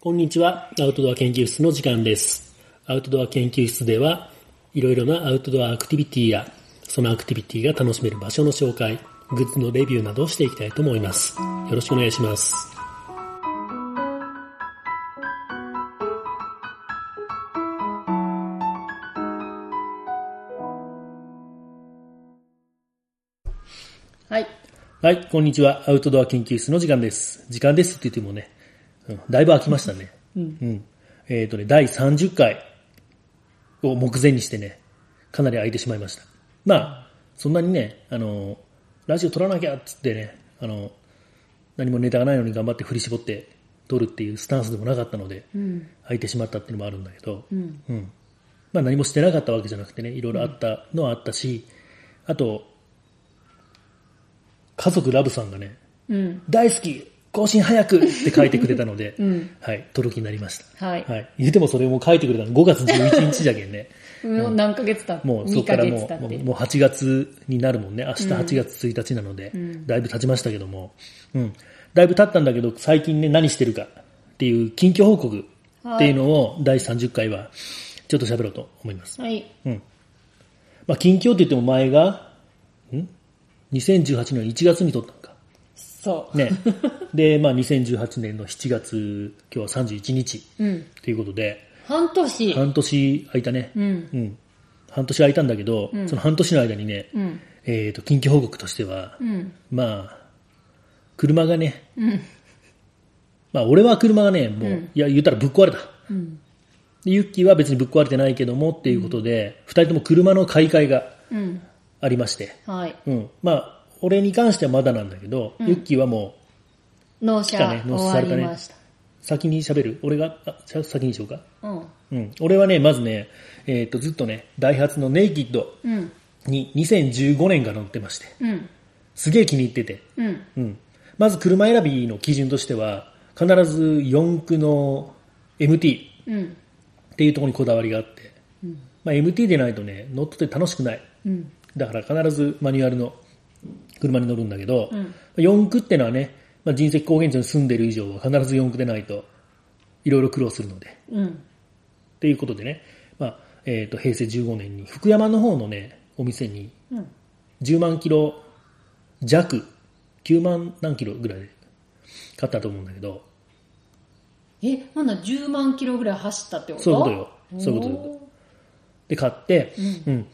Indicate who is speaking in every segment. Speaker 1: こんにちは。アウトドア研究室の時間です。アウトドア研究室では、いろいろなアウトドアアクティビティや、そのアクティビティが楽しめる場所の紹介、グッズのレビューなどをしていきたいと思います。よろしくお願いします。
Speaker 2: はい。
Speaker 1: はい、こんにちは。アウトドア研究室の時間です。時間ですって言ってもね、うん、だいぶ空きましたね。うん。えっ、とね、第30回を目前にしてね、かなり空いてしまいました。まあ、そんなにね、あの、ラジオ撮らなきゃっつってね、あの、何もネタがないのに頑張って振り絞って撮るっていうスタンスでもなかったので、空いてしまったっていうのもあるんだけど、うんまあ何もしてなかったわけじゃなくてね、いろいろあったのはあったし、あと、家族ラブさんがね、
Speaker 2: うん。
Speaker 1: 大好き更新早くって書いてくれたの で、はい、取る気になりました。
Speaker 2: はい
Speaker 1: 言うてもそれも書いてくれたの5月11日じゃけんね。
Speaker 2: もう何ヶ月経って、
Speaker 1: もうそ
Speaker 2: 2
Speaker 1: こか
Speaker 2: ヶ
Speaker 1: ら
Speaker 2: 月
Speaker 1: も
Speaker 2: 経
Speaker 1: う
Speaker 2: って。
Speaker 1: もう8月になるもんね。明日8月1日なので、だいぶ経ちましたけども、うん。だいぶ経ったんだけど、最近ね、何してるかっていう近況報告っていうのを第30回はちょっと喋ろうと思います。
Speaker 2: はい。
Speaker 1: まあ、近況って言っても前が、ん ?2018 年の1月に撮ったのか。
Speaker 2: そう。
Speaker 1: ね。で、まあ、2018年の7月、今日は31日。ということで、
Speaker 2: 半年。
Speaker 1: 半年空いたね。
Speaker 2: うん。
Speaker 1: うん半年空いたんだけど、その半年の間にね、
Speaker 2: ん
Speaker 1: えっ、と、近況報告としては、
Speaker 2: うん。
Speaker 1: まあ、車がね、まあ、俺は車がね、もう、いや、言ったらぶっ壊れた。
Speaker 2: うん。
Speaker 1: でユッキーは別にぶっ壊れてないけどもっていうことで、二、人とも車の買い替えが
Speaker 2: うん。
Speaker 1: ありまして、
Speaker 2: はい。
Speaker 1: うん。まあ、俺に関してはまだなんだけど、ユッキーはもう、
Speaker 2: 納
Speaker 1: 来
Speaker 2: 車、
Speaker 1: たね納車され
Speaker 2: 終
Speaker 1: た
Speaker 2: わ
Speaker 1: ね
Speaker 2: りました。
Speaker 1: 先に喋る俺が、あ、じゃあ先にしようか。
Speaker 2: うん。
Speaker 1: うん。俺はね、まずね、えっ、と、ずっとね、ダイハツのネイキッド
Speaker 2: うん。
Speaker 1: に2015年が乗ってまして、
Speaker 2: うん。
Speaker 1: すげえ気に入ってて。
Speaker 2: うん。
Speaker 1: うん。まず車選びの基準としては、必ず4駆の MT
Speaker 2: うん。
Speaker 1: っていうところにこだわりがあって、まあ MT でないとね、乗ってて楽しくない。
Speaker 2: うん。
Speaker 1: だから必ずマニュアルの車に乗るんだけど、四駆ってのはね、まあ、人石高原地に住んでる以上は必ず四駆でないといろいろ苦労するので。
Speaker 2: うん。
Speaker 1: っていうことでね、まあえー、と平成15年に福山の方のね、お店に
Speaker 2: うん。
Speaker 1: 10万キロ弱、9万何キロぐらいで買ったと思うんだけど、
Speaker 2: え、ほんなら10万キロぐらい走ったってこと
Speaker 1: そういうことよそういうことよで、買って、うん。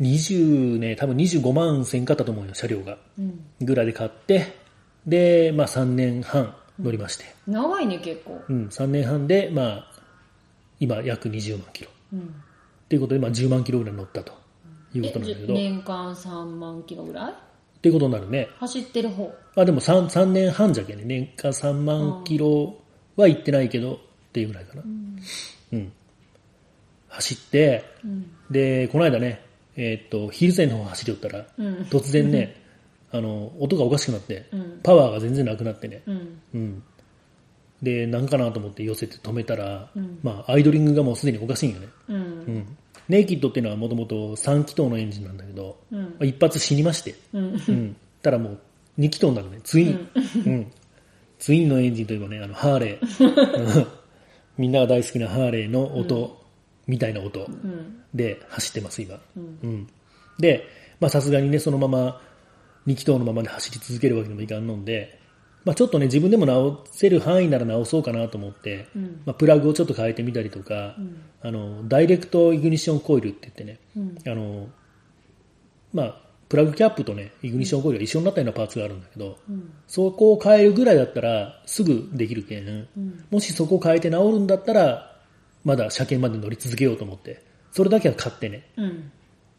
Speaker 1: 20ね、多分25万せんかったと思うよ、車両が。
Speaker 2: うん。
Speaker 1: ぐらいで買って、で、まあ3年半乗りまして、
Speaker 2: 長いね、結構。
Speaker 1: うん、3年半で、まあ、今約20万キロ。
Speaker 2: うん。
Speaker 1: ということで、まあ10万キロぐらい乗ったというこ
Speaker 2: え
Speaker 1: となんだけど、
Speaker 2: 年間3万キロぐらい
Speaker 1: っていうことになるね。
Speaker 2: 走ってる方。
Speaker 1: まあでも 3, 3年半じゃけんね、年間3万キロは行ってないけど、っていうぐらいかな。うん。走って、
Speaker 2: うん。
Speaker 1: で、この間ね、えーっと、ヒルゼンの方走りよったら、
Speaker 2: うん。
Speaker 1: 突然 ね、あの、音がおかしくなって、
Speaker 2: うん
Speaker 1: パワーが全然なくなってね、
Speaker 2: うん。
Speaker 1: うん。で、なんかなと思って寄せて止めたら、
Speaker 2: うん
Speaker 1: まあ、アイドリングがもうすでにおかしいんよね。
Speaker 2: う。
Speaker 1: うんん。ネイキッドっていうのはもともと3気筒のエンジンなんだけど、
Speaker 2: うん
Speaker 1: まあ一発死にまして、
Speaker 2: うん。
Speaker 1: うん。たらもう、2気筒になるね。ツイン。うん。ツインのエンジンといえばね、あの、ハーレ ー。うんみんなが大好きなハーレーの音、みたいな音
Speaker 2: うん。
Speaker 1: で走ってます、今。
Speaker 2: うん。
Speaker 1: うん。で、まあさすがにね、そのまま、2気筒のままで走り続けるわけにもいかんのんで、まあちょっとね、自分でも直せる範囲なら直そうかなと思って、
Speaker 2: うん
Speaker 1: まあプラグをちょっと変えてみたりとか、あの、ダイレクトイグニッションコイルって言ってね、
Speaker 2: うん。
Speaker 1: あの、まあ、プラグキャップとね、イグニッションコイルが一緒になったようなパーツがあるんだけど、
Speaker 2: うん。
Speaker 1: そこを変えるぐらいだったら、すぐできるけん、
Speaker 2: うん
Speaker 1: もしそこを変えて直るんだったら、まだ車検まで乗り続けようと思って、それだけは買ってね、
Speaker 2: うん。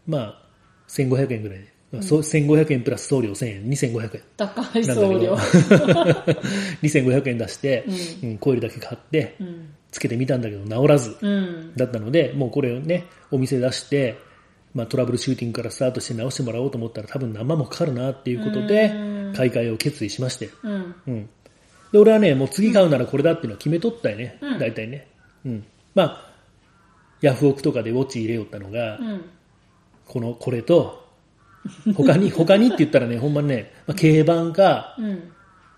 Speaker 1: まあ、1500円ぐらいで、まあそう1500円プラス送料1000円、2500円。
Speaker 2: 高い
Speaker 1: なんだ
Speaker 2: 送
Speaker 1: けど
Speaker 2: 料。
Speaker 1: 2500円出して、うんコイルだけ買って
Speaker 2: う、ん。
Speaker 1: つけてみたんだけど、直らず。
Speaker 2: うん。
Speaker 1: だったので、もうこれをね、お店出して、まあ、トラブルシューティングからスタートして直してもらおうと思ったら多分何万もかかるなっていうことで
Speaker 2: う、
Speaker 1: 買い替えを決意しまして。
Speaker 2: うん。
Speaker 1: うん。で、俺はね、もう次買うならこれだっていうのは決めとったよね。
Speaker 2: うん
Speaker 1: 大体ね。うん。まあ、ヤフオクとかでウォッチ入れよったのが、
Speaker 2: うん。
Speaker 1: この、これと、 他に、他にって言ったらね、ほんまにね、まあ、軽バンか、
Speaker 2: うん。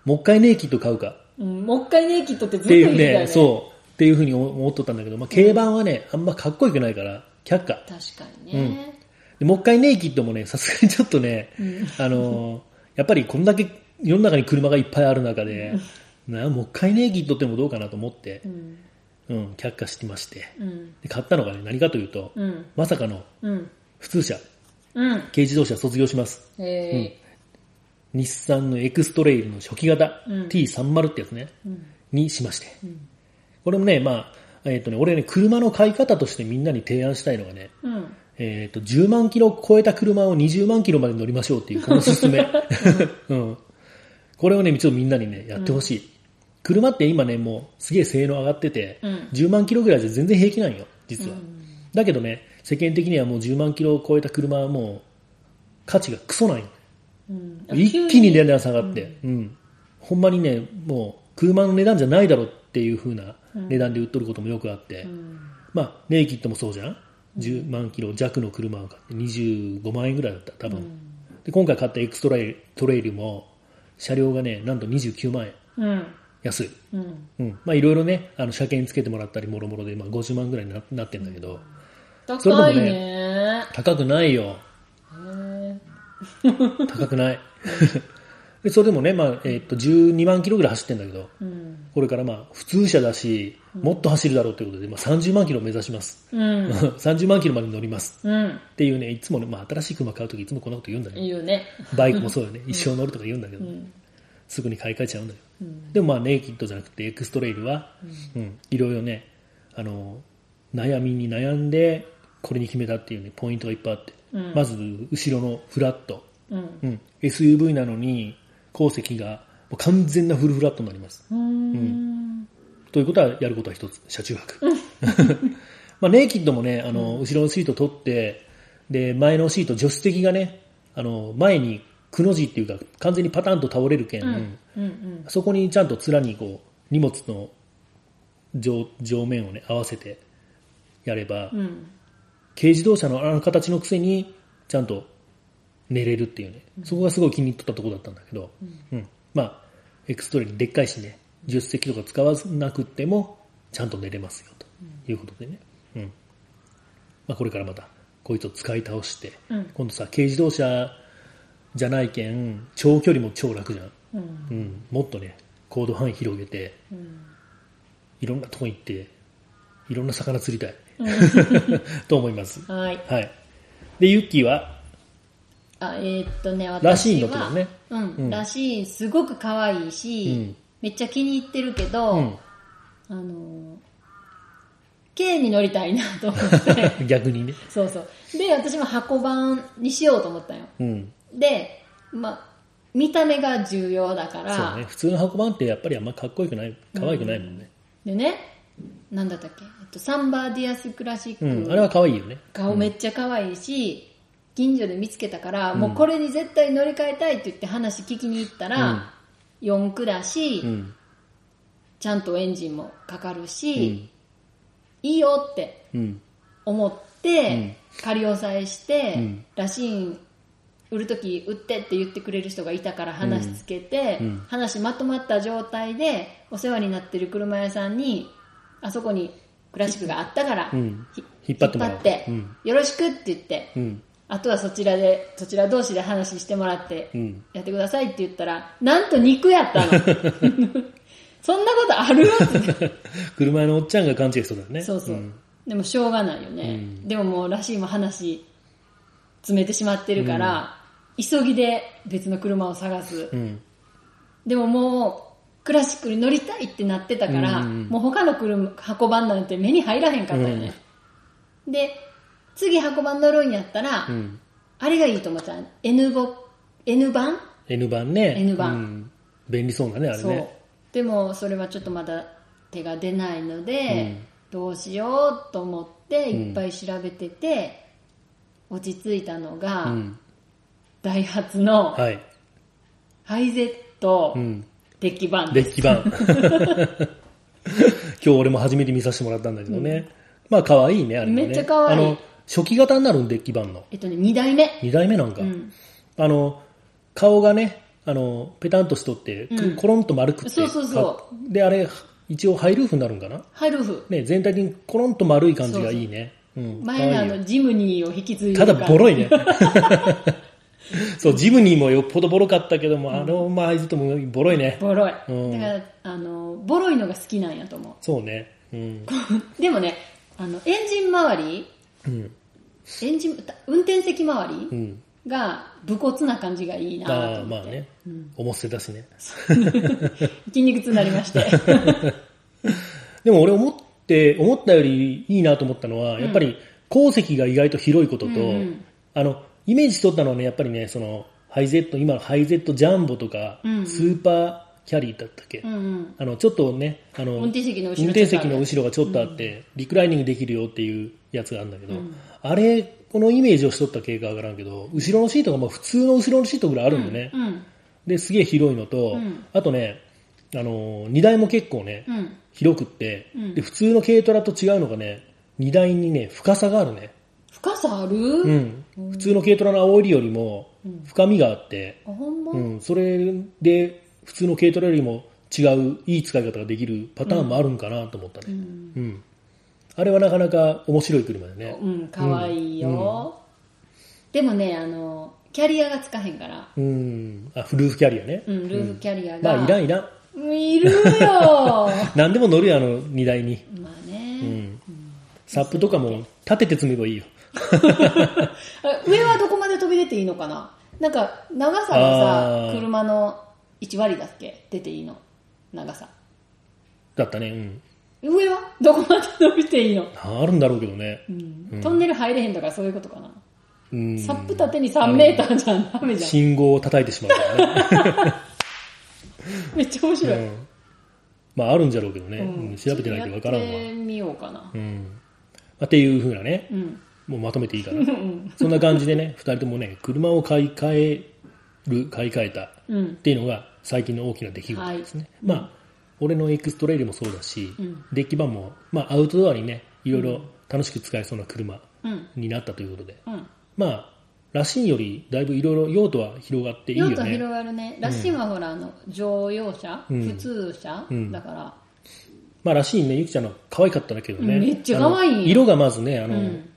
Speaker 1: もう一回ネイキッド買うか、
Speaker 2: うん、もう一回ネイキッドってず
Speaker 1: っ
Speaker 2: ってと
Speaker 1: い
Speaker 2: 言う
Speaker 1: う
Speaker 2: てたよ
Speaker 1: ね、
Speaker 2: ね。
Speaker 1: そう、っていうふうに思っとったんだけど、まあ、競馬はね、あんまかっこよくないから、却下。
Speaker 2: 確かにね。
Speaker 1: でもう一回ネイキッドもね、さすがにちょっとね、あのー、やっぱりこんだけ世の中に車がいっぱいある中で、なもう一回ネイキッドってのもどうかなと思って
Speaker 2: う、ん。
Speaker 1: うん、却下してまして。
Speaker 2: うん。
Speaker 1: で、買ったのがね、何かというと、
Speaker 2: うん。
Speaker 1: まさかの
Speaker 2: うん。
Speaker 1: 普通車、
Speaker 2: うん。
Speaker 1: 軽自動車卒業します。
Speaker 2: え
Speaker 1: 日産のエクストレイルの初期型、
Speaker 2: うん
Speaker 1: T30 ってやつね、
Speaker 2: ーうん。
Speaker 1: にしまして。
Speaker 2: うん。
Speaker 1: これもね、まあ、えっ、とね、俺ね、車の買い方としてみんなに提案したいのがね、
Speaker 2: うん。
Speaker 1: えっ、と、10万キロ超えた車を20万キロまで乗りましょうっていう、この勧め。うん。これをね、ちょっとみんなにね、やってほしい。車って今ね、もう、すげえ性能上がってて、
Speaker 2: うん
Speaker 1: 10万キロぐらいじゃ全然平気なんよ、実は。
Speaker 2: ん
Speaker 1: だけどね、世間的にはもう10万キロを超えた車はもう、価値がクソなんよ。
Speaker 2: うん。
Speaker 1: 一気に値段下がって、うんほんまにね、もう車の値段じゃないだろっていう風な値段で売っとることもよくあって、
Speaker 2: うん。
Speaker 1: まあ、ネイキッドもそうじゃん、10万キロ弱の車を買って、25万円ぐらいだった、多分、で今回買ったエクストライトレイルも、車両がね、なんと29万円、
Speaker 2: うん。
Speaker 1: 安い、
Speaker 2: うん。
Speaker 1: うんまあ、いろいろね、あの車検つけてもらったり、もろもろで、まあ、50万ぐらいにななってんだけど、それでも
Speaker 2: 高
Speaker 1: ね
Speaker 2: いね。
Speaker 1: 高くないよ、
Speaker 2: へ
Speaker 1: 高くない。 でそれでもね、まあえっと12万キロぐらい走ってんだけど、
Speaker 2: ーうん。
Speaker 1: これからまあ普通車だし、もっと走るだろうということで、まあ、30万キロ目指します。
Speaker 2: うん。
Speaker 1: 30万キロまで乗ります。
Speaker 2: うん。
Speaker 1: っていうね、いつもね、まあ新しい車買うときいつもこんなこと言うんだよ。
Speaker 2: 言うね。
Speaker 1: バイクもそうよね。一生乗るとか言うんだけど、
Speaker 2: ん
Speaker 1: すぐに買い替えちゃうんだよ。
Speaker 2: うん。
Speaker 1: でもまあネイキッドじゃなくてエクストレイルは、うん、いろいろね、あの、悩みに悩んで、これに決めたっていうね、ポイントがいっぱいあって。
Speaker 2: うん
Speaker 1: まず、後ろのフラット。
Speaker 2: うん。
Speaker 1: うん、SUV なのに、後席がもう完全なフルフラットになります。
Speaker 2: うん。
Speaker 1: ということはやることは一つ、車中泊。まあ、ネイキッドもね、あの、後ろのシート取って、で、前のシート、助手席がね、あの、前にくの字っていうか、完全にパタンと倒れるけん、
Speaker 2: うん。うん。
Speaker 1: そこにちゃんと面にこう、荷物の上上面をね、合わせてやれば、
Speaker 2: うん。
Speaker 1: 軽自動車のあの形のくせに、ちゃんと寝れるっていうね、そこがすごい気に入っとったところだったんだけど、うんまあ、エクストレイルでっかいしね、助手席とか使わなくても、ちゃんと寝れますよ、ということでね。うんまあ、これからまた、こいつを使い倒して、
Speaker 2: うん
Speaker 1: 今度さ、軽自動車じゃないけん、長距離も超楽じゃん。
Speaker 2: うん。
Speaker 1: うん、もっとね、行動範囲広げて、いろんなとこ行って、いろんな魚釣りたい。 と思います。
Speaker 2: はい。
Speaker 1: はい。で、ユッキーは、
Speaker 2: あ、えーっとね、私は。
Speaker 1: らしいんだけどね
Speaker 2: うん。
Speaker 1: うん
Speaker 2: らしい、すごく可愛いし、
Speaker 1: うん
Speaker 2: めっちゃ気に入ってるけど、
Speaker 1: うん
Speaker 2: あのー、K に乗りたいなと思って。
Speaker 1: 逆にね。
Speaker 2: そうそう。で、私も箱番にしようと思ったよ。
Speaker 1: うん。
Speaker 2: で、まあ、見た目が重要だから、
Speaker 1: そうね。普通の箱番ってやっぱりあんまかっこよくない、可愛くないもんね。
Speaker 2: でね、なんだったっけ、えっと、サンバーディアスクラシック、
Speaker 1: うん。あれは可愛いよね。
Speaker 2: 顔めっちゃ可愛いし、近所で見つけたから、もうこれに絶対乗り換えたいって言って話聞きに行ったら、四駆だし、
Speaker 1: うん。
Speaker 2: ちゃんとエンジンもかかる
Speaker 1: う
Speaker 2: し、
Speaker 1: ん。
Speaker 2: いいよって
Speaker 1: うん。
Speaker 2: 思って、仮押さえして、
Speaker 1: うん
Speaker 2: らしいん売るとき売ってって言ってくれる人がいたから話つけて、
Speaker 1: うんうん
Speaker 2: 話まとまった状態でお世話になってる車屋さんにあそこにクラシックがあったから、
Speaker 1: うん
Speaker 2: ひ
Speaker 1: 引っ張ってもらう
Speaker 2: 引っ張って
Speaker 1: うん
Speaker 2: よろしくって言って、
Speaker 1: うん。
Speaker 2: あとはそちらでそちら同士で話してもらって、
Speaker 1: うん
Speaker 2: やってくださいって言ったらなんと肉 やったのそんなことあるって
Speaker 1: 車屋のおっちゃんが勘違いしそうだよね。
Speaker 2: そうそう、
Speaker 1: ん
Speaker 2: でもしょうがないよね、でももうらしいも話詰めてしまってるから、急ぎで別の車を探す、
Speaker 1: うん。
Speaker 2: でももうクラシックに乗りたいってなってたから、
Speaker 1: うんうん
Speaker 2: もう他の車箱番なんて目に入らへんかったよね、で次箱番乗るんやったら、
Speaker 1: うん。
Speaker 2: あれがいいと思った N, ボ N 番、
Speaker 1: N 番ね。
Speaker 2: N 番
Speaker 1: うん便利そうだね、あれ
Speaker 2: そう
Speaker 1: ね。
Speaker 2: でもそれはちょっとまだ手が出ないので、どうしようと思っていっぱい調べてて、落ち着いたのが、
Speaker 1: ん
Speaker 2: ダイハツの
Speaker 1: はい。
Speaker 2: ハイゼット
Speaker 1: うん。
Speaker 2: デッキ版
Speaker 1: デッ
Speaker 2: です、
Speaker 1: キ 版。今日俺も初めて見させてもらったんだけどね。まあ可愛いね、あれもね。
Speaker 2: めっちゃ可愛い
Speaker 1: あの、初期型になるん、デッキ版の。
Speaker 2: えっとね2代目
Speaker 1: 2代目なんか。
Speaker 2: うん
Speaker 1: あの、顔がね、あの、ペタンとしとって、くるコロンと丸くって。
Speaker 2: そうそうそ
Speaker 1: で、あれ、一応ハイルーフになるんかな
Speaker 2: ハイルーフ
Speaker 1: ね、全体的にコロンと丸い感じがいいね。うん。
Speaker 2: 前のあのジムニーを引き継いで
Speaker 1: ただボ
Speaker 2: い
Speaker 1: ロいね。 そう、ジムニーもよっぽどボロかったけども、あの、まあ、あいつともボロいね。
Speaker 2: ボロい、
Speaker 1: うん
Speaker 2: だからあのボロいのが好きなんやと思
Speaker 1: そうね。うん。
Speaker 2: う でもねあのエンジン周り
Speaker 1: うん。
Speaker 2: エンジン運転席周り、
Speaker 1: うん。
Speaker 2: が武骨な感じがいいなと思っ
Speaker 1: ああ、
Speaker 2: て、
Speaker 1: まあね。思ってたしね。
Speaker 2: 筋肉痛になりまして
Speaker 1: でも俺思って、思ったよりいいなと思ったのは、やっぱり、鉱石が意外と広いことと、
Speaker 2: うんうん
Speaker 1: あの、イメージしとったのはね、やっぱりね、その、ハイゼット、今のハイゼットジャンボとか、
Speaker 2: うんうん
Speaker 1: スーパーキャリーだったっけ、
Speaker 2: うんうん
Speaker 1: あの、ちょっとね、あの、
Speaker 2: 運転席の後ろ
Speaker 1: 運転席の後ろがちょっとあって、リクライニングできるよっていうやつがあるんだけど、あれ、このイメージをしとった経過はわからんけど、後ろのシートがまあ普通の後ろのシートぐらいあるんでね、
Speaker 2: うん
Speaker 1: ですげえ広いのと、
Speaker 2: うん
Speaker 1: あとね、あのー荷台も結構ね、
Speaker 2: うん
Speaker 1: 広くって、
Speaker 2: うん
Speaker 1: で、普通の軽トラと違うのがね、荷台にね、深さがあるね。
Speaker 2: 深さある、
Speaker 1: うん。普通の軽トラの青いよりも深みがあって、
Speaker 2: あほんま、
Speaker 1: うん、それで普通の軽トラよりも違ういい使い方ができるパターンもあるんかなと思ったね。うん。あれはなかなか面白い車だね。
Speaker 2: うん、かわいいよ、でもねあのキャリアがつかへんから、
Speaker 1: うん。あ、フルーフキャリアね。
Speaker 2: うん、ルーフキャリアが、
Speaker 1: まあ、いらんいらん。
Speaker 2: うんいるよ
Speaker 1: 何でも乗るよ、あの荷台に。
Speaker 2: まあね、
Speaker 1: うん。サップとかも立てて積めばいいよ。
Speaker 2: あ上はどこまで飛び出ていいのかななんか長さ
Speaker 1: あ
Speaker 2: はさ
Speaker 1: ー
Speaker 2: 車の1割だっけ出ていいの長さ
Speaker 1: だったね。うん。
Speaker 2: 上はどこまで伸びていいの、
Speaker 1: あるんだろうけどね。
Speaker 2: うん、トンネル入れへんとかそういうことかな、
Speaker 1: うん。
Speaker 2: サップ縦に3メーターじゃダメじゃ
Speaker 1: 信号を叩いてしまうからね。
Speaker 2: んめっちゃ面白い、
Speaker 1: うんまああるんじゃろうけどね、
Speaker 2: うん
Speaker 1: うん調べてないと分からん
Speaker 2: ちょっとや
Speaker 1: わ
Speaker 2: っ、てみようかな
Speaker 1: うんまあ、っていうふうなね
Speaker 2: うん
Speaker 1: もうまとめていいかなそんな感じでね2人ともね車を買い替える買い替えたっ
Speaker 2: うん
Speaker 1: ていうのが最近の大きな出来事ですね、まあ俺のエクストレイルもそうだし、
Speaker 2: うん
Speaker 1: デッキ版も、まあ、アウトドアにねいろいろ楽しく使えそうな車
Speaker 2: うん
Speaker 1: になったということで、
Speaker 2: うん
Speaker 1: まあらしいよりだいぶいろいろ用途は広がっていいよ
Speaker 2: 用途
Speaker 1: ね
Speaker 2: 広がるねラッシンはほらあの乗用車、
Speaker 1: ん
Speaker 2: 普通車、
Speaker 1: ん
Speaker 2: だから
Speaker 1: まあらしいね、ゆきちゃんの可愛かっただけどね。
Speaker 2: うんめっちゃ可愛い
Speaker 1: あの色がまずね、あの、
Speaker 2: ん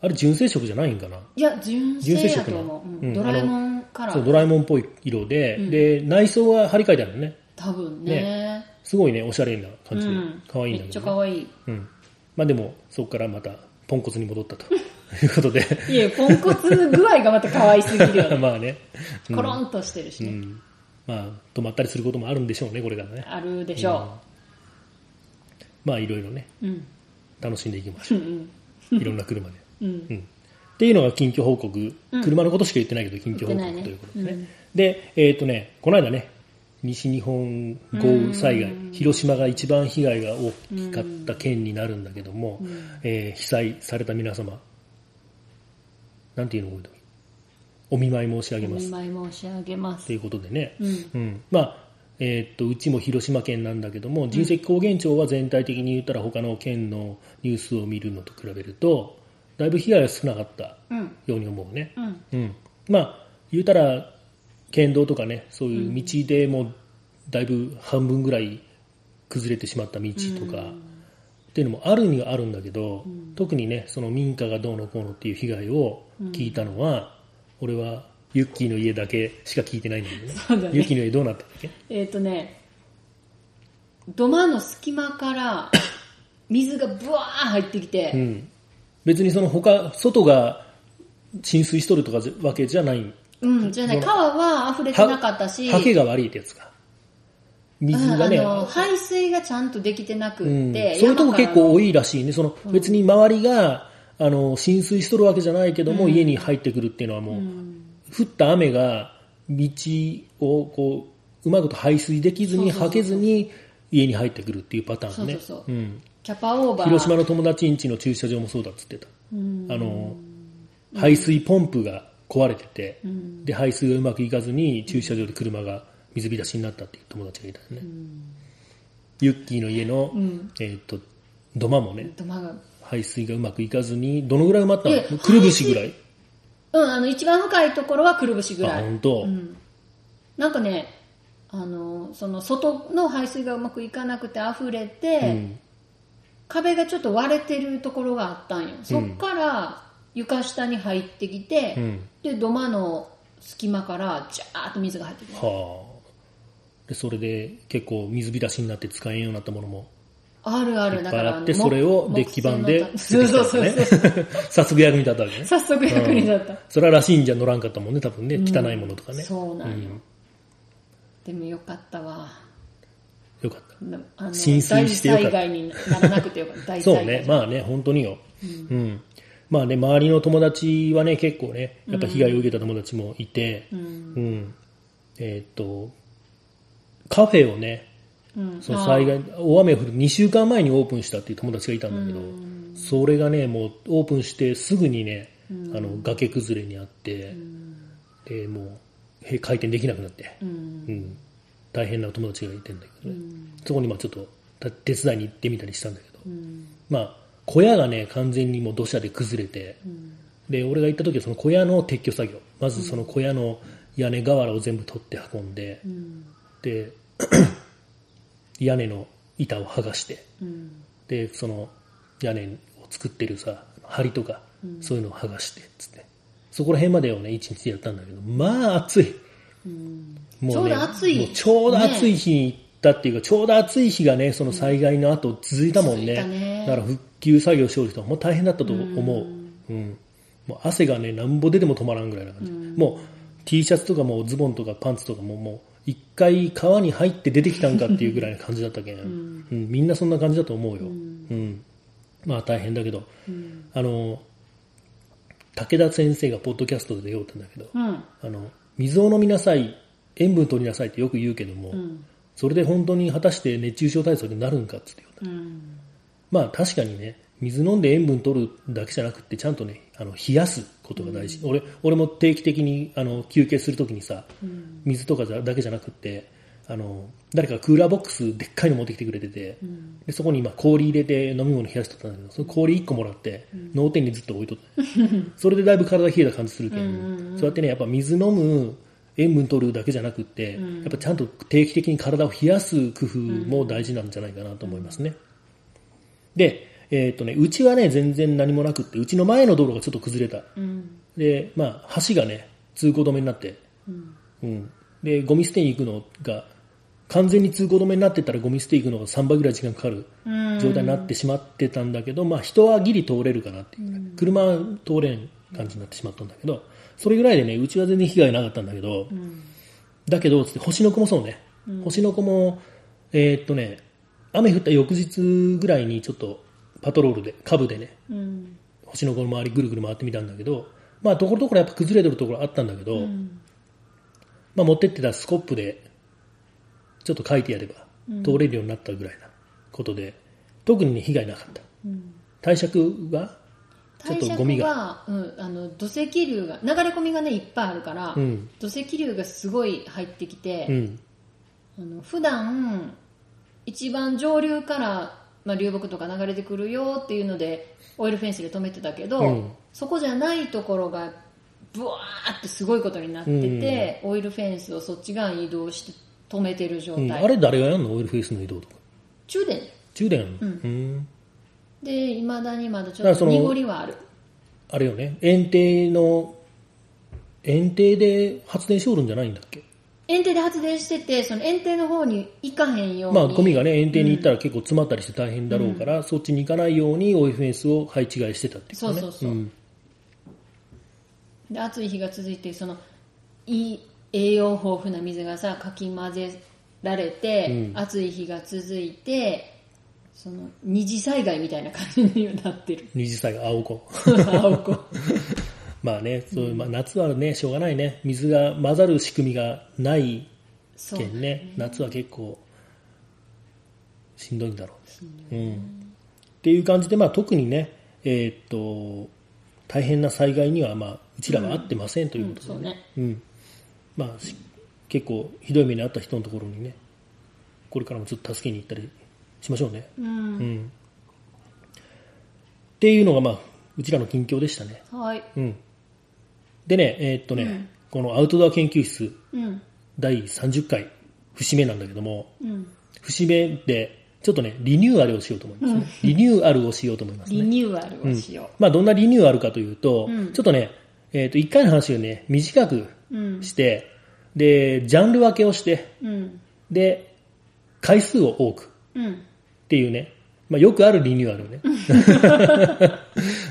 Speaker 1: あれ純正色じゃないんかな。
Speaker 2: いや純正やと思う、
Speaker 1: 純正色なの
Speaker 2: うん
Speaker 1: うん
Speaker 2: ドラえもんカラ
Speaker 1: そう、
Speaker 2: ー
Speaker 1: ドラえもんっぽい色で、で、内装は張り替えてあるのね。
Speaker 2: 多分ね
Speaker 1: すごいね、おしゃれな感じ
Speaker 2: う
Speaker 1: で
Speaker 2: ん、、
Speaker 1: 可愛いんだ
Speaker 2: めっ
Speaker 1: け
Speaker 2: ち
Speaker 1: ど
Speaker 2: ゃ
Speaker 1: ね、
Speaker 2: 可愛い
Speaker 1: うん。まあでも、そこからまた、ポンコツに戻ったと いうことで、
Speaker 2: いやポンコツ具合がまた可愛すぎるよね
Speaker 1: まあね、うん
Speaker 2: コロンとしてるしね、
Speaker 1: うんまあ、止まったりすることもあるんでしょうね、これからね。
Speaker 2: あるでしょ
Speaker 1: まあ、いろいろね、
Speaker 2: う、うん
Speaker 1: 楽しんでいきましょ
Speaker 2: うん
Speaker 1: う。いろんな車で。
Speaker 2: うん
Speaker 1: うんっていうのが近況報告、車のことしか言ってないけど、近況報
Speaker 2: 言ってない
Speaker 1: 告
Speaker 2: ね
Speaker 1: ということですね。で、えっ、とね、この間ね、西日本豪雨災害、広島が一番被害が大きかった県になるんだけども、えー被災された皆様、なんていうのこういう時お見舞い申し上げ
Speaker 2: お
Speaker 1: ます。
Speaker 2: 見舞い申し上げま
Speaker 1: と
Speaker 2: す
Speaker 1: いうことでね、
Speaker 2: うん
Speaker 1: まあ、えーっと、うちも広島県なんだけども、人石高原町は全体的に言ったら他の県のニュースを見るのと比べると、だいぶ被害は少なかった
Speaker 2: うん
Speaker 1: ように思うね。
Speaker 2: うん
Speaker 1: うん。まあ、言うたら、県道とかね、そういう道でもうだいぶ半分ぐらい崩れてしまった道とか、っていうのもあるにはあるんだけど、特にね、その民家がどうのこうのっていう被害を聞いたのは、俺はユッキーの家だけしか聞いてないんだよね。
Speaker 2: そうだね
Speaker 1: ユッキーの家どうなったっけ
Speaker 2: えっ、とね土間の隙間から水がブワー入ってきて、
Speaker 1: うん。別にその他、外が浸水しとるとかじゃわけじゃない。
Speaker 2: うんじゃあね川は溢れてなかったし
Speaker 1: はけが悪いってやつか。水がね、
Speaker 2: うんあの排水がちゃんとできてなくって、
Speaker 1: うんそういうとこ結構多いらしいね、その別に周りがあの浸水しとるわけじゃないけども、家に入ってくるっていうのは、もう、降った雨が道をこううまいこと排水できずに、
Speaker 2: そうそうそう
Speaker 1: はけずに家に入ってくるっていうパターンね、
Speaker 2: そうそう
Speaker 1: う
Speaker 2: そ
Speaker 1: ん
Speaker 2: キャパオーバー
Speaker 1: 広島の友達ん家の駐車場もそうだっつってた、あの排水ポンプが壊れてて、で排水がうまくいかずに、駐車場で車が水浸しになったっていう友達がいたよね。ユッキーの家の、えーっと、土間もね、
Speaker 2: 土間が
Speaker 1: 排水がうまくいかずに、どのぐらい埋まった
Speaker 2: え
Speaker 1: のくるぶしぐらい。
Speaker 2: うんあの一番深いところはくるぶしぐ
Speaker 1: あ、
Speaker 2: らい
Speaker 1: 本当。
Speaker 2: なんかねあのその外の排水がうまくいかなくて溢れて、
Speaker 1: うん。
Speaker 2: 壁がちょっと割れてるところがあったんよそっから床下に入ってきて、
Speaker 1: うん
Speaker 2: で土間の隙間からジャーッと水が入ってくる
Speaker 1: はあ。で、それで結構水浸しになって使えんようになったものも
Speaker 2: あるあ
Speaker 1: い
Speaker 2: る
Speaker 1: っ
Speaker 2: だ
Speaker 1: ぱ
Speaker 2: か
Speaker 1: い
Speaker 2: ら
Speaker 1: あって、
Speaker 2: の
Speaker 1: それを
Speaker 2: 木
Speaker 1: デッキ板で
Speaker 2: 木製のそうそう そうそう
Speaker 1: ね早速役に立ったわけね。
Speaker 2: 早速役に立った、
Speaker 1: それはらしいんじゃ乗らんかったもんね、多分ね。汚いものとかね。
Speaker 2: そうなんよ、
Speaker 1: うん
Speaker 2: でもよかったわ
Speaker 1: よかった。
Speaker 2: なあの
Speaker 1: 浸水してよかった
Speaker 2: 大災害にならなくてよかった 大災
Speaker 1: そう
Speaker 2: 害
Speaker 1: ね、まあね、本当によ。うん。まあね、周りの友達はね、結構ね、やっぱ被害を受けた友達もいて、うん。えーっと、カフェをね、
Speaker 2: うん
Speaker 1: その
Speaker 2: あー
Speaker 1: 災害、大雨降る2週間前にオープンしたっていう友達がいたんだけど、それがね、もうオープンしてすぐにね、あの、崖崩れにあって、で、もう、へ回転できなくなって、
Speaker 2: うん
Speaker 1: うん、大変な友達がいてんだけどね、そこにまあちょっとた手伝いに行ってみたりしたんだけど、まあ、小屋がね完全にもう土砂で崩れて、で俺が行った時はその小屋の撤去作業まずその小屋の屋根瓦を全部取って運んで、で 屋根の板を剥がして、
Speaker 2: うん
Speaker 1: でその屋根を作ってるさ梁とか、そういうのを剥がしてっつってそこら辺までをね一日でやったんだけどまあ暑い、もうね
Speaker 2: ちょうど暑い
Speaker 1: もうちょうど暑い日に行ったっていうか、ちょうど暑い日がねその災害の後続いたもん
Speaker 2: 続い
Speaker 1: ね,、
Speaker 2: たね
Speaker 1: だから復旧作業しよう人はもう大変だったと思う、うんもう汗がねなんぼ出ても止まらんぐらいな感じ、もう T シャツとかもうズボンとかパンツとかももう一回川に入って出てきたんかっていうぐらいの感じだったけん、うんみんなそんな感じだと思うよ、うんまあ大変だけど、あの武田先生がポッドキャストで出ようってんだけど、
Speaker 2: うん
Speaker 1: あの水を飲みなさい塩分取りなさいってよく言うけども、それで本当に果たして熱中症対策になるんかっつって言う
Speaker 2: うん
Speaker 1: まあ確かにね水飲んで塩分取るだけじゃなくってちゃんとねあの冷やすことが大事、俺俺も定期的にあの休憩するときにさ、水とかじゃだけじゃなくってあの誰かクーラーボックスでっかいの持ってきてくれてて、でそこに今氷入れて飲み物冷やしとったんだけどその氷1個もらって脳天にずっと置い とった、それでだいぶ体冷えた感じするけど、そうやってねやっぱ水飲む塩分取るだけじゃなくって、やっぱちゃんと定期的に体を冷やす工夫も大事なんじゃないかなと思いますね、で、えーっとね、うちはね、全然何もなくって、うちの前の道路がちょっと崩れた。
Speaker 2: うん
Speaker 1: で、まあ、橋がね、通行止めになって、うん。で、ゴミ捨てに行くのが、完全に通行止めになってたらゴミ捨て行くのが3倍ぐらい時間かかる
Speaker 2: うん
Speaker 1: 状態になってしまってたんだけど、まあ、人はギリ通れるかなっていうぐらい、車は通れん感じになってしまったんだけど、それぐらいでね、うちは全然被害なかったんだけど、だけど、つって星の子もそうね。星の子も、えーっとね、雨降った翌日ぐらいにちょっとパトロールで、下部でね、
Speaker 2: うん
Speaker 1: 星の子の周りぐるぐる回ってみたんだけど、まあ、ところどころやっぱ崩れてるところあったんだけど、まあ、持ってってたスコップで、ちょっと書いてやれば、通れるようになったぐらいなことで、特にね、被害なかった。対策は、ちょっとゴミが。
Speaker 2: が、うん、あの土石流が流れ込みがねいっぱいあるから、
Speaker 1: うん
Speaker 2: 土石流がすごい入ってき
Speaker 1: う
Speaker 2: て、
Speaker 1: ん。
Speaker 2: あの普段一番上流から、まあ、流木とか流れてくるよっていうのでオイルフェンスで止めてたけど、
Speaker 1: うん
Speaker 2: そこじゃないところがブワーってすごいことになってて、オイルフェンスをそっち側に移動して止めてる状
Speaker 1: うん、
Speaker 2: 態、
Speaker 1: あれ誰がやんのオイルフェイスの移動とか。
Speaker 2: 中電
Speaker 1: 中電やんの、うん
Speaker 2: でいまだにまだ
Speaker 1: だか
Speaker 2: ち
Speaker 1: ら
Speaker 2: ょっ
Speaker 1: そ
Speaker 2: と
Speaker 1: の
Speaker 2: 濁りはある
Speaker 1: あれよね、園庭の、園庭で発電しおるんじゃないんだっけ
Speaker 2: 園庭で発電しててその園庭の方に行かへんように、
Speaker 1: まあ、ゴミがね、園庭に行ったら結構詰まったりして大変だろうから、そっちに行かないようにオイルフェンスを配置換えしてたっていうか
Speaker 2: そ
Speaker 1: ね。
Speaker 2: うそうそう、
Speaker 1: ん
Speaker 2: で暑い日が続いてそのいい栄養豊富な水がさかき混ぜられて、暑い日が続いてその二次災害みたいな感じになってる
Speaker 1: 二次災害、青 子。
Speaker 2: 青子
Speaker 1: まあね、そうまあ、夏はね、しょうがないね。水が混ざる仕組みがない
Speaker 2: そう
Speaker 1: けんね、夏は結構、しんどいんだろう。うん。っていう感じで、まあ特にね、えーっと、大変な災害には、まあ、うちらは合ってませんということで
Speaker 2: そうね
Speaker 1: うんまあ、し結構ひどい目に遭った人のところにねこれからもちょっと助けに行ったりしましょうね、
Speaker 2: うん
Speaker 1: うんっていうのが、まあ、うちらの近況でしたね、
Speaker 2: はい
Speaker 1: うん、でねえーっとね、このアウトドア研究室
Speaker 2: うん
Speaker 1: 第30回、節目なんだけども、
Speaker 2: うん、
Speaker 1: 節目で、ちょっとね、リニューアルをしようと思いますね、リニューアルをしようと思います
Speaker 2: リ
Speaker 1: ね。
Speaker 2: ニューアルをしよ
Speaker 1: まあ、どんなリニューアルかというと、
Speaker 2: うん
Speaker 1: ちょっとね、えっ、と、1回の話をね、短く
Speaker 2: う。うん、
Speaker 1: して、で、ジャンル分けをして、
Speaker 2: うん、
Speaker 1: で、回数を多くっ
Speaker 2: うん、
Speaker 1: ていうね、まあ、よくあるリニューアルをね、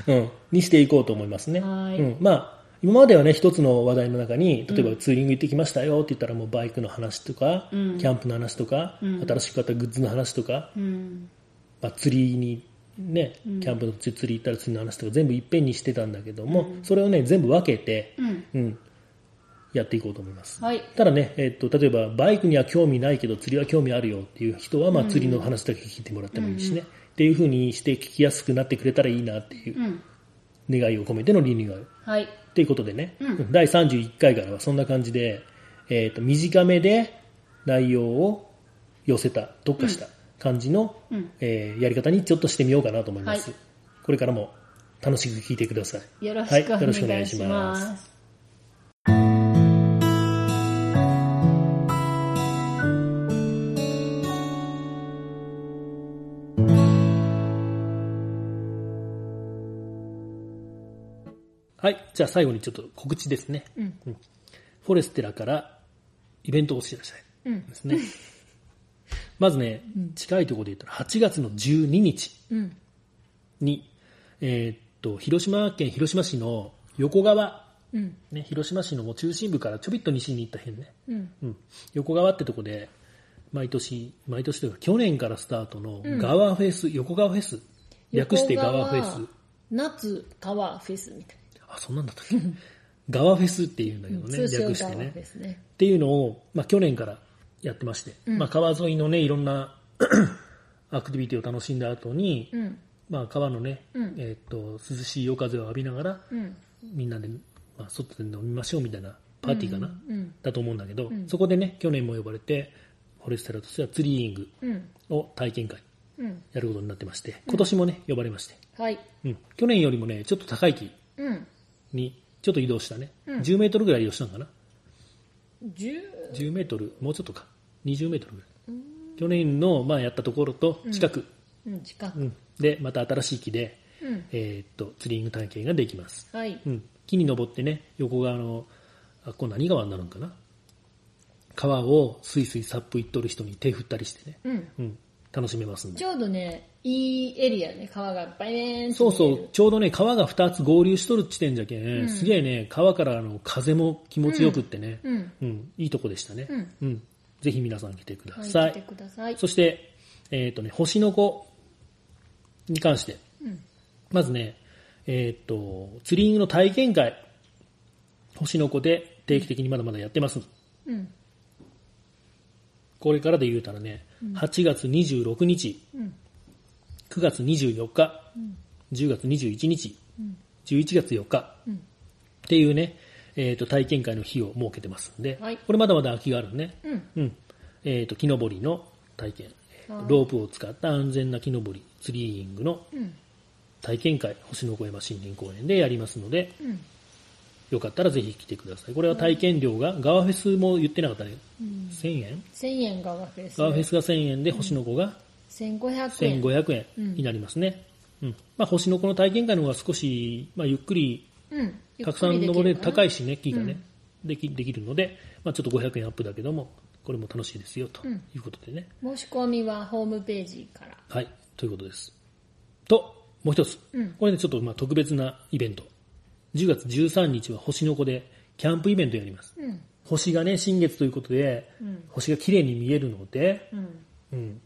Speaker 1: うん、にしていこうと思いますね。
Speaker 2: はい
Speaker 1: うん、まあ、今まではね、一つの話題の中に、例えばツーリング行ってきましたよって言ったら、もうバイクの話とか、
Speaker 2: うん
Speaker 1: キャンプの話とか、
Speaker 2: うん
Speaker 1: 新しく買ったグッズの話とか、
Speaker 2: うん、
Speaker 1: まあ、釣りにね、キャンプの釣り行ったら釣りの話とか全部いっぺんにしてたんだけども、それをね、全部分けて、
Speaker 2: うん、
Speaker 1: うん、やっていこうと思います。
Speaker 2: はい。
Speaker 1: ただね、えっと、例えばバイクには興味ないけど釣りは興味あるよっていう人は、まあ、釣りの話だけ聞いてもらってもいいしね、っていう風にして聞きやすくなってくれたらいいなっていう
Speaker 2: うん、
Speaker 1: 願いを込めてのリニューアル
Speaker 2: はい。
Speaker 1: ということでね、
Speaker 2: う
Speaker 1: 第31回からはそんな感じで、えっと短めで内容を寄せた特化した感じの、
Speaker 2: うん
Speaker 1: えーやり方にちょっとしてみようかなと思います、
Speaker 2: はい
Speaker 1: これからも楽しく聞いてください
Speaker 2: よろ
Speaker 1: は
Speaker 2: し
Speaker 1: い
Speaker 2: くお
Speaker 1: よろしくお願
Speaker 2: 願
Speaker 1: い
Speaker 2: い
Speaker 1: し
Speaker 2: し
Speaker 1: ま
Speaker 2: ますす。
Speaker 1: はい。じゃあ最後にちょっと告知ですね。
Speaker 2: うん
Speaker 1: うんフォレステラからイベントをお知らせ
Speaker 2: うん
Speaker 1: ですね。 まずね、近いところで言ったら8月の12日
Speaker 2: うん、
Speaker 1: に、えーっと、広島県広島市の横川、
Speaker 2: うん、
Speaker 1: ね、広島市のもう中心部からちょびっと西に行った辺ね、
Speaker 2: うん、
Speaker 1: うん、横川ってとこで、毎年、毎年というか去年からスタートの川フェス、横川フェス、略して川フェス。
Speaker 2: 夏川フェスみたい
Speaker 1: あ、そんなんだ ったっけ川フェスっていうんだけど
Speaker 2: な、
Speaker 1: ね、
Speaker 2: 通称
Speaker 1: 略し
Speaker 2: 川
Speaker 1: て
Speaker 2: フ
Speaker 1: ね。
Speaker 2: ェスね
Speaker 1: っていうのを、まあ、去年からやってまして、まあ、川沿いのね、いろんな アクティビティを楽しんだ後に、
Speaker 2: うん
Speaker 1: まあ、川のね、
Speaker 2: うん
Speaker 1: えーっと、涼しい夜風を浴びながら、
Speaker 2: うん
Speaker 1: みんなで、まあ、外で飲みましょうみたいなパーティーかな、
Speaker 2: うん
Speaker 1: だと思うんだけど、そこでね、去年も呼ばれて、フォレステラとしてはツリーイング
Speaker 2: うん
Speaker 1: を体験会
Speaker 2: うん
Speaker 1: やることになってまして、今年もね、呼ばれまして、
Speaker 2: はい
Speaker 1: うん、去年よりもね、ちょっと高い木
Speaker 2: うん
Speaker 1: にちょっと移動したね、
Speaker 2: うん
Speaker 1: 10メートルぐらい移動したのかな、
Speaker 2: 十
Speaker 1: 10メートル、もうちょっとか、20メートルぐらい。去年の、まあ、やったところと近く、
Speaker 2: うん近
Speaker 1: うん
Speaker 2: く
Speaker 1: で、また新しい木で、
Speaker 2: うん
Speaker 1: えーっと、ツリーイング体験ができます。
Speaker 2: はい
Speaker 1: うん、木に登ってね横側のあこれ何川になるんかな川をスイスイサップ行っとる人に手振ったりしてね、
Speaker 2: うん
Speaker 1: うん、楽しめますんで
Speaker 2: ちょうどねいいエリアね川がバイーンと
Speaker 1: そうそ
Speaker 2: 見え
Speaker 1: う
Speaker 2: る
Speaker 1: ちょうどね川が2つ合流しとる地点じゃけん、すげえね川からあの風も気持ちよくってね、
Speaker 2: うん
Speaker 1: うんいいとこでしたね、
Speaker 2: うん
Speaker 1: ぜひ皆さん来てくだ
Speaker 2: はい
Speaker 1: さい、
Speaker 2: 来てください
Speaker 1: そして、えっ、とね、星の子に関して、
Speaker 2: うん
Speaker 1: まずね、えっ、と、ツリングの体験会、星の子で定期的にまだまだやってます。
Speaker 2: うん
Speaker 1: これからで言うたらね、8月26日、
Speaker 2: うん
Speaker 1: 9月24日、10月21日、11月4日、
Speaker 2: うん
Speaker 1: っていうね、えっ、と、体験会の日を設けてますんで、
Speaker 2: はい
Speaker 1: これまだまだ空きがあるね。
Speaker 2: うん
Speaker 1: うん。えっ、と、木登りの体験、えーと
Speaker 2: はい
Speaker 1: ロープを使った安全な木登り、ツリーイングの
Speaker 2: うん
Speaker 1: 体験会、星の小山森林公園でやりますので、
Speaker 2: うん
Speaker 1: よかったらぜひ来てください。これは体験料が、ガワフェスも言ってなかったね。1000円
Speaker 2: 千円川フェス
Speaker 1: ガワフェスが1000円で、星の子が
Speaker 2: 千五百円
Speaker 1: 1500円になりますね。うん。まあ、星の子の体験会の方が少し、まあ、ゆっくり、
Speaker 2: うん
Speaker 1: たくさん登れる、高
Speaker 2: い
Speaker 1: いしね、木がね、でき、できるので、まあ、ちょっと500円アップだけども、これも楽しいですよ、ということでね。
Speaker 2: 申し込みはホームページから
Speaker 1: はい、ということです。と、もう一つ。
Speaker 2: うん
Speaker 1: これね、ちょっとまあ特別なイベント。10月13日は星の子でキャンプイベントやります。
Speaker 2: うん
Speaker 1: 星がね、新月ということで、
Speaker 2: うん
Speaker 1: 星が綺麗に見えるので、
Speaker 2: うん
Speaker 1: うん、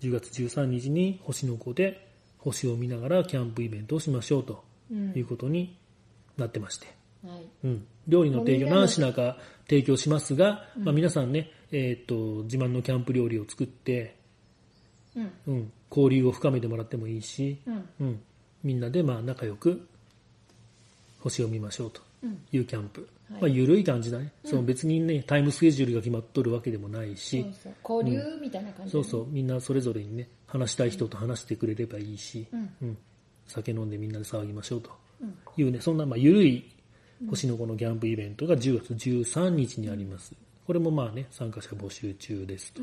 Speaker 1: 10月13日に星の子で星を見ながらキャンプイベントをしましょうと
Speaker 2: うん
Speaker 1: いうことになってまして。
Speaker 2: はい
Speaker 1: うん、料理の提供
Speaker 2: もうみんなの
Speaker 1: 何品か提供しますが、まあ、皆さんね、えーっと自慢のキャンプ料理を作って、
Speaker 2: うん
Speaker 1: うん、交流を深めてもらってもいいし、
Speaker 2: うん
Speaker 1: うん、みんなでまあ仲良く星を見ましょうと
Speaker 2: うん
Speaker 1: いうキャンプ、
Speaker 2: はい
Speaker 1: まあ、緩い感じだね、その別にねタイムスケジュールが決まっとるわけでもないし
Speaker 2: そうそう交流みたいな感じ
Speaker 1: そうそうみんなそれぞれにね話したい人と話してくれればいいし、
Speaker 2: うん
Speaker 1: うん酒飲んでみんなで騒ぎましょうというねそんなまあ緩い星の子のキャンプイベントが10月13日にあります、ここれもまあね、参加者募集中ですと。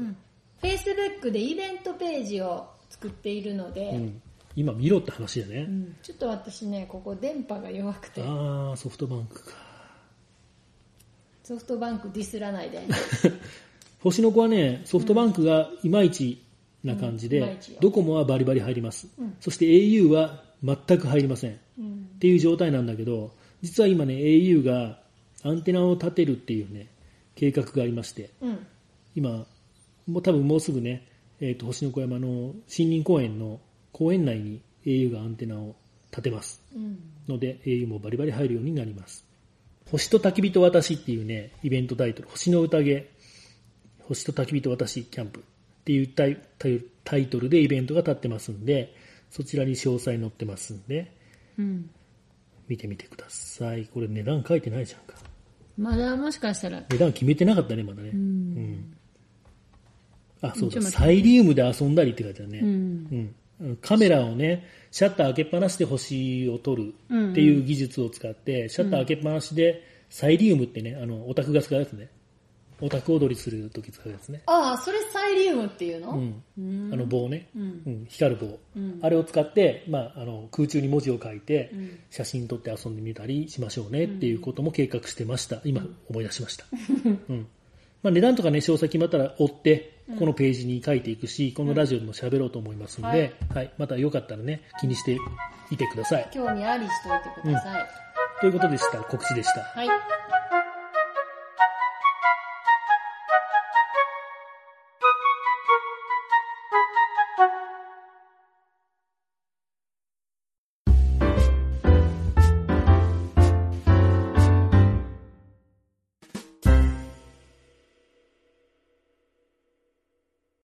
Speaker 2: Facebook でイベントページを作っているので、
Speaker 1: うん今見ろって話だね。
Speaker 2: ちょっと私ねここ電波が弱くて
Speaker 1: ああ、ソフトバンクか。
Speaker 2: ソフトバンクディスらないで
Speaker 1: 星の子はね、ソフトバンクがいまいちな感じで、
Speaker 2: うんいまいちよ
Speaker 1: ドコモはバリバリ入ります、そして au は全く入りません、っていう状態なんだけど、実は今ね、au がアンテナを立てるっていうね、計画がありまして、
Speaker 2: うん
Speaker 1: 今、もう多分もうすぐね、えー、と星の子山の森林公園の公園内に au がアンテナを立てます。
Speaker 2: うん
Speaker 1: ので au もバリバリ入るようになります「星と焚き火と私」っていうねイベントタイトル「星の宴」「星と焚き火と私キャンプ」っていうタイタイタイトルでイベントが立ってますんでそちらに詳細載ってますんで
Speaker 2: うん
Speaker 1: 見てみてくださいこれ値段書いてないじゃんか
Speaker 2: まだもしかしたら
Speaker 1: 値段決めてなかったねまだねうんあそう
Speaker 2: ちょ
Speaker 1: だ
Speaker 2: っと待って
Speaker 1: サイリウムで遊んだりって書いてあるね、
Speaker 2: うん
Speaker 1: うん、カメラをね、シャッター開けっぱなしで星を撮るっていう技術を使って、シャッター開けっぱなしで、サイリウムってね、あの、オタクが使うやつね。オタク踊りするとき使うやつね。
Speaker 2: ああそれサイリウムっていうの、
Speaker 1: うん。
Speaker 2: うん
Speaker 1: あの棒ね。うん光る棒、
Speaker 2: うん
Speaker 1: あれを使って、まあ、あの、空中に文字を書いて
Speaker 2: ん、
Speaker 1: 写真撮って遊んでみたりしましょうねっていうことも計画してました。今、思い出し ました。うん。まあ、値段とかね、詳細決まったら追って、このページに書いていくし、このラジオでも喋ろうと思いますので、はい。またよかったらね、気にしていてください。
Speaker 2: 興味ありしといてください、
Speaker 1: ということでした。告知でした。
Speaker 2: はい